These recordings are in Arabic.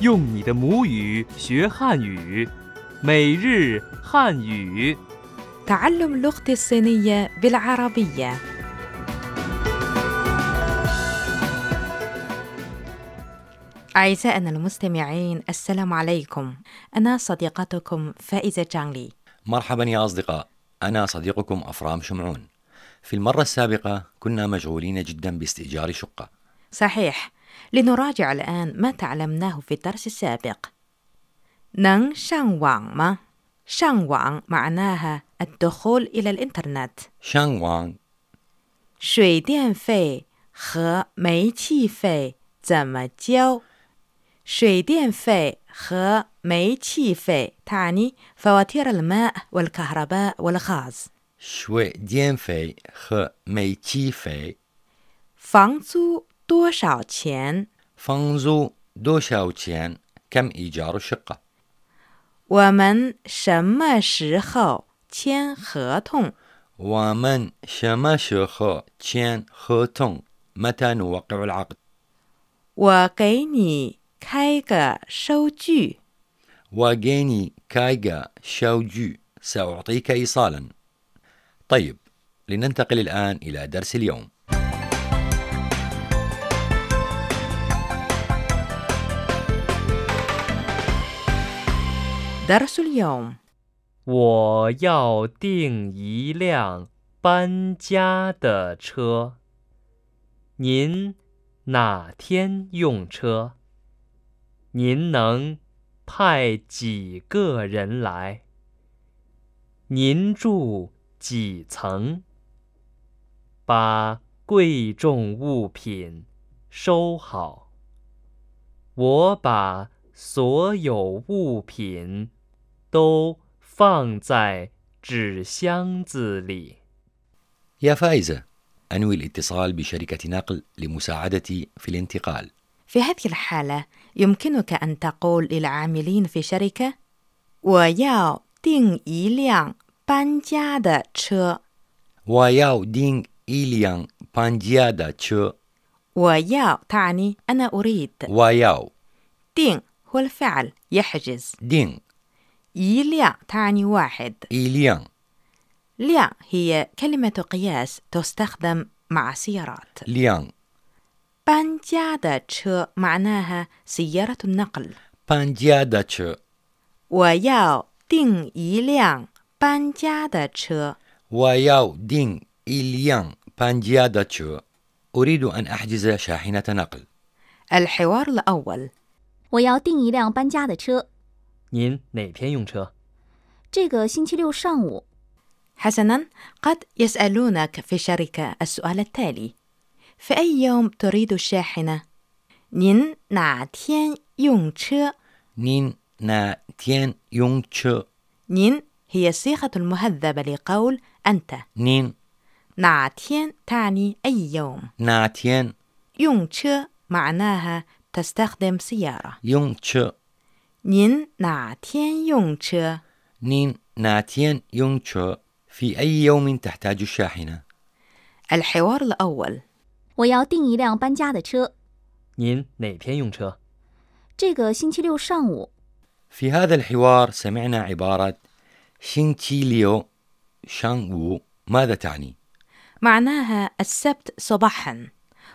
用你的母语学汉语，每日汉语。 تعلم لغتي الصينية بالعربية أعزائنا المستمعين السلام عليكم أنا صديقتكم فائزة جانلي مرحبا يا أصدقاء أنا صديقكم أفرام شمعون في المرة السابقة كنا مشغولين جدا باستئجار شقة صحيح لنراجع الآن ما تعلمناه في الدرس السابق 能上网吗？上网 معناها الدخول إلى الإنترنت شان وانغ 水电费和煤气费怎么交？水电费和煤气费 تعني فواتير الماء والكهرباء والغاز شوي ديان في خ مي تي في 房租多少钱？ فانزو دو شاو تيان كم إيجار الشقة 我们什么时候签合同？ ومن شما شخو تيان خو تونغ متى نوقع العقد 我给你开个收据。 وجيني كايغا شاوجو سأعطيك إيصالا طيب لننتقل الآن إلى درس اليوم درس اليوم 我要订一辆搬家的车。您哪天用车？您能派几个人来？您住几层？把贵重物品收好。我把所有物品都放在纸箱子里。 يا فائزة أنوي الاتصال بشركة نقل لمساعدتي في الانتقال في هذه الحالة يمكنك أن تقول للعاملين في شركة 我要订一辆搬家的车 وياو دينغ إليان بانجيادا تشو 我要 تعني أنا أريد وياو 订 هو الفعل يحجز دينغ 一辆 تعني واحد إليان 辆 هي كلمة قياس تستخدم مع سيارات ليان 搬家的车 معناها سيارة النقل بانجيادا تشو 我要订一辆搬家的车。 وياو دينغ إليان بانجيادا تشو أريد أن أحجز شاحنة نقل الحوار الأول 我要订一辆搬家的车，您哪天用车？这个星期六上午。 حسنا قد يسألونك في الشركة السؤال التالي في أي يوم تريد الشاحنة؟ 您哪天用车？ نين نا تيان يونغ تشو 您 هي الصيغة المهذبة لقول أنت نين 哪天 تعني أي يوم نا تيان 用车 معناها تستخدم سيارة يونغ تشو 您哪天用车？ نين ناتيان يونغ تشو في أي يوم تحتاج الشاحنة؟ الحوار الأول 我要订一辆搬家的车，您哪天用车？这个星期六上午。 في هذا الحوار سمعنا عبارة شينتي ليو شانغ وو ماذا تعني؟ معناها السبت صباحا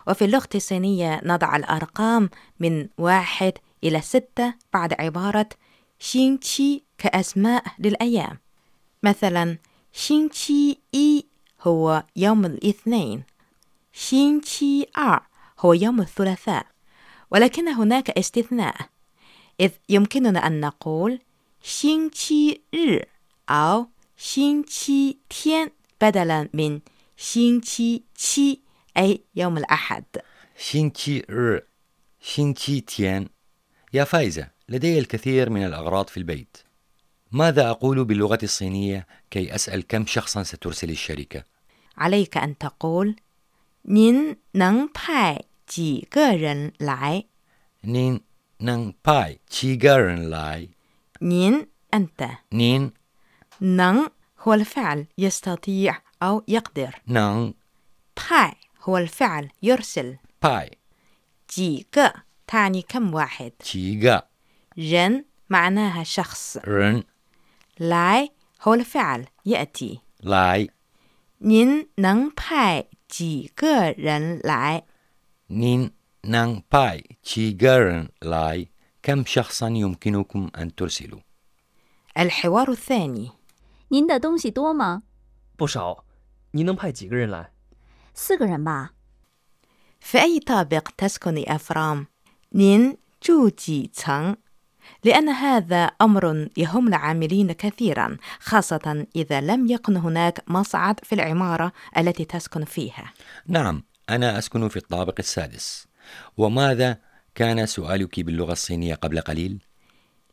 وفي اللغة الصينية نضع الأرقام من واحد إلى ستة بعد عبارة شينشي كأسماء للأيام مثلا شينشي إي هو يوم الاثنين شينشي آر هو يوم الثلاثاء ولكن هناك استثناء إذ يمكننا أن نقول 星期日 أو星期天 بدلا من 星期七 أي يوم الأحد شينتي ر شينتي تيان يا فايزة لدي الكثير من الأغراض في البيت ماذا أقول باللغة الصينية كي أسأل كم شخصا سترسل الشركة؟ عليك أن تقول 您能派几个人来 نين نان باي تشيغارن لاي 您 أنت نين 能 هو الفعل يستطيع أو يقدر نان 派 هو الفعل يرسل باي 几个 تعني كم واحد تشيغا 人 معناها شخص 人来 هو الفعل يأتي 来，您能派几个人来？您能派几个人来？كم شخصا يمكنكم أن ترسلوا؟ الحوار الثاني 您的东西多吗？不少，您能派几个人来？四个人吧。 في أي طابق تسكن أفرام؟ نين جوجي تسان لأن هذا أمر يهم العاملين كثيرا خاصة إذا لم يكن هناك مصعد في العمارة التي تسكن فيها نعم أنا أسكن في الطابق السادس وماذا كان سؤالك باللغة الصينية قبل قليل؟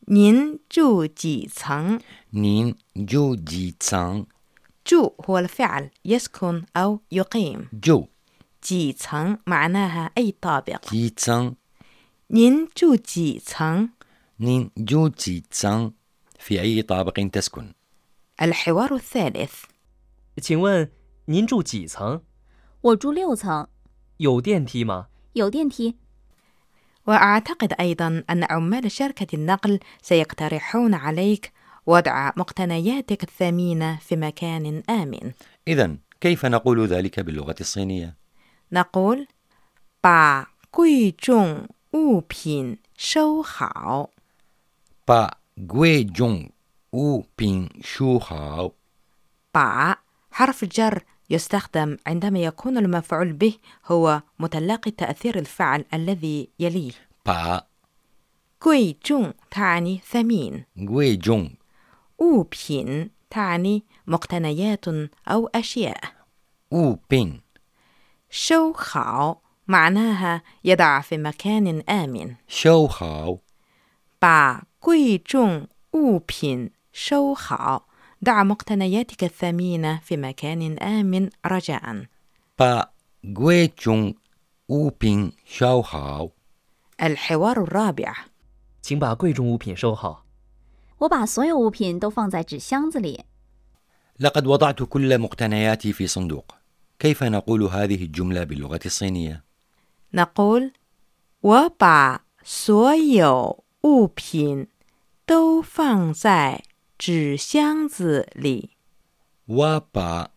نين جوجي تسان نين جو جي تسان جو هو الفعل يسكن أو يقيم جو جي تسان معناها أي طابق جي تسان نين جوجي تسان نين جو جي تسان في أي طابق تسكن؟ الحوار الثالث 请问您住几层？我住六层，有电梯吗？有电梯。 وأعتقد أيضا أن عمال شركة النقل سيقترحون عليك وضع مقتنياتك الثمينة في مكان آمن. إذا كيف نقول ذلك باللغة الصينية؟ نقول: 把贵重物品收好. با جوي جونغ و بين شو هاو 把 حرف جر يستخدم عندما يكون المفعول به هو متلقي تأثير الفعل الذي يليه. با 贵重 تعني ثمين. جوي جونغ 物品 تعني مقتنيات أو أشياء. و بين شوخاو معناها يضع في مكان آمن. شو هاو 把贵重物品收好 ضع مقتنياتك الثمينة في مكان آمن رجاء با جوي جونغ و بين شو هاو الحوار الرابع 请把贵重物品收好。我把所有物品都放在纸箱子里。 لقد وضعت كل مقتنياتي في صندوق كيف نقول هذه الجملة باللغة الصينية؟ نقول وبع سويو أوبين دو فانغ زاي جي شيانغ زي لي وبا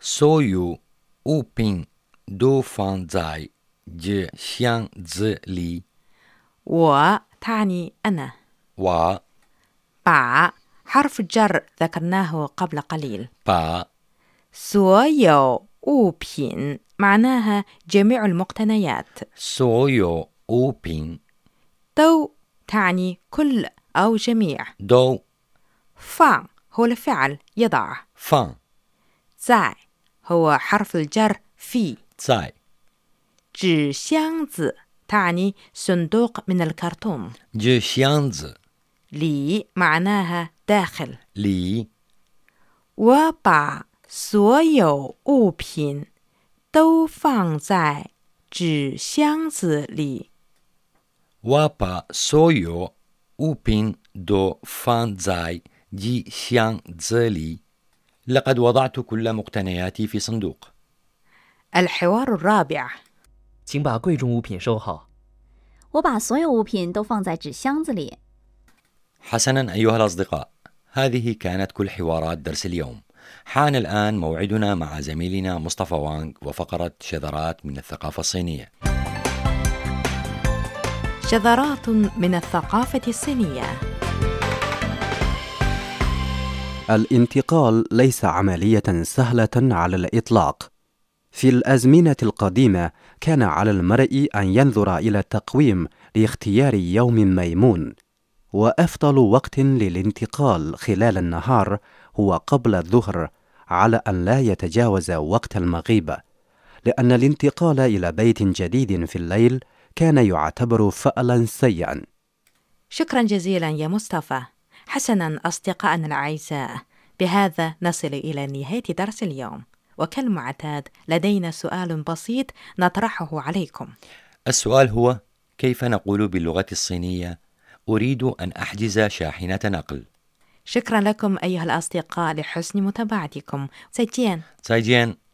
سويو و بين دو فان زاي جي شيان زي لي و تعني أنا و بع حرف جر ذكرناه قبل قليل با 所有物品 معناها جميع المقتنيات سويو و بين دو تعني كل أو جميع دو فا هو الفعل يضع فان زاي هو حرف الجر في زاي 纸箱子 تعني صندوق من الكرتون جي شيانز لي معناها داخل لي 我把所有物品都放在纸箱子里。 وابا سويو وبين دو فان زاي جي شيان زلي لقد وضعت كل مقتنياتي في صندوق الحوار الرابع 请把贵重物品收好。我把所有物品都放在纸箱子里。 حسنا أيها الأصدقاء هذه كانت كل حوارات درس اليوم حان الآن موعدنا مع زميلنا مصطفى وانغ وفقرة شذرات من الثقافة الصينية شذرات من الثقافة الصينية الانتقال ليس عملية سهلة على الإطلاق. في الأزمنة القديمة كان على المرء أن ينظر إلى التقويم لاختيار يوم ميمون، وأفضل وقت للانتقال خلال النهار هو قبل الظهر على أن لا يتجاوز وقت المغيبة، لأن الانتقال إلى بيت جديد في الليل كان يعتبر فألا سيئا. شكرا جزيلا يا مصطفى حسنا أصدقائنا الأعزاء بهذا نصل إلى نهاية درس اليوم وكالمعتاد لدينا سؤال بسيط نطرحه عليكم السؤال هو كيف نقول باللغة الصينية أريد أن أحجز شاحنة نقل شكرا لكم أيها الأصدقاء لحسن متابعتكم سجين زايجين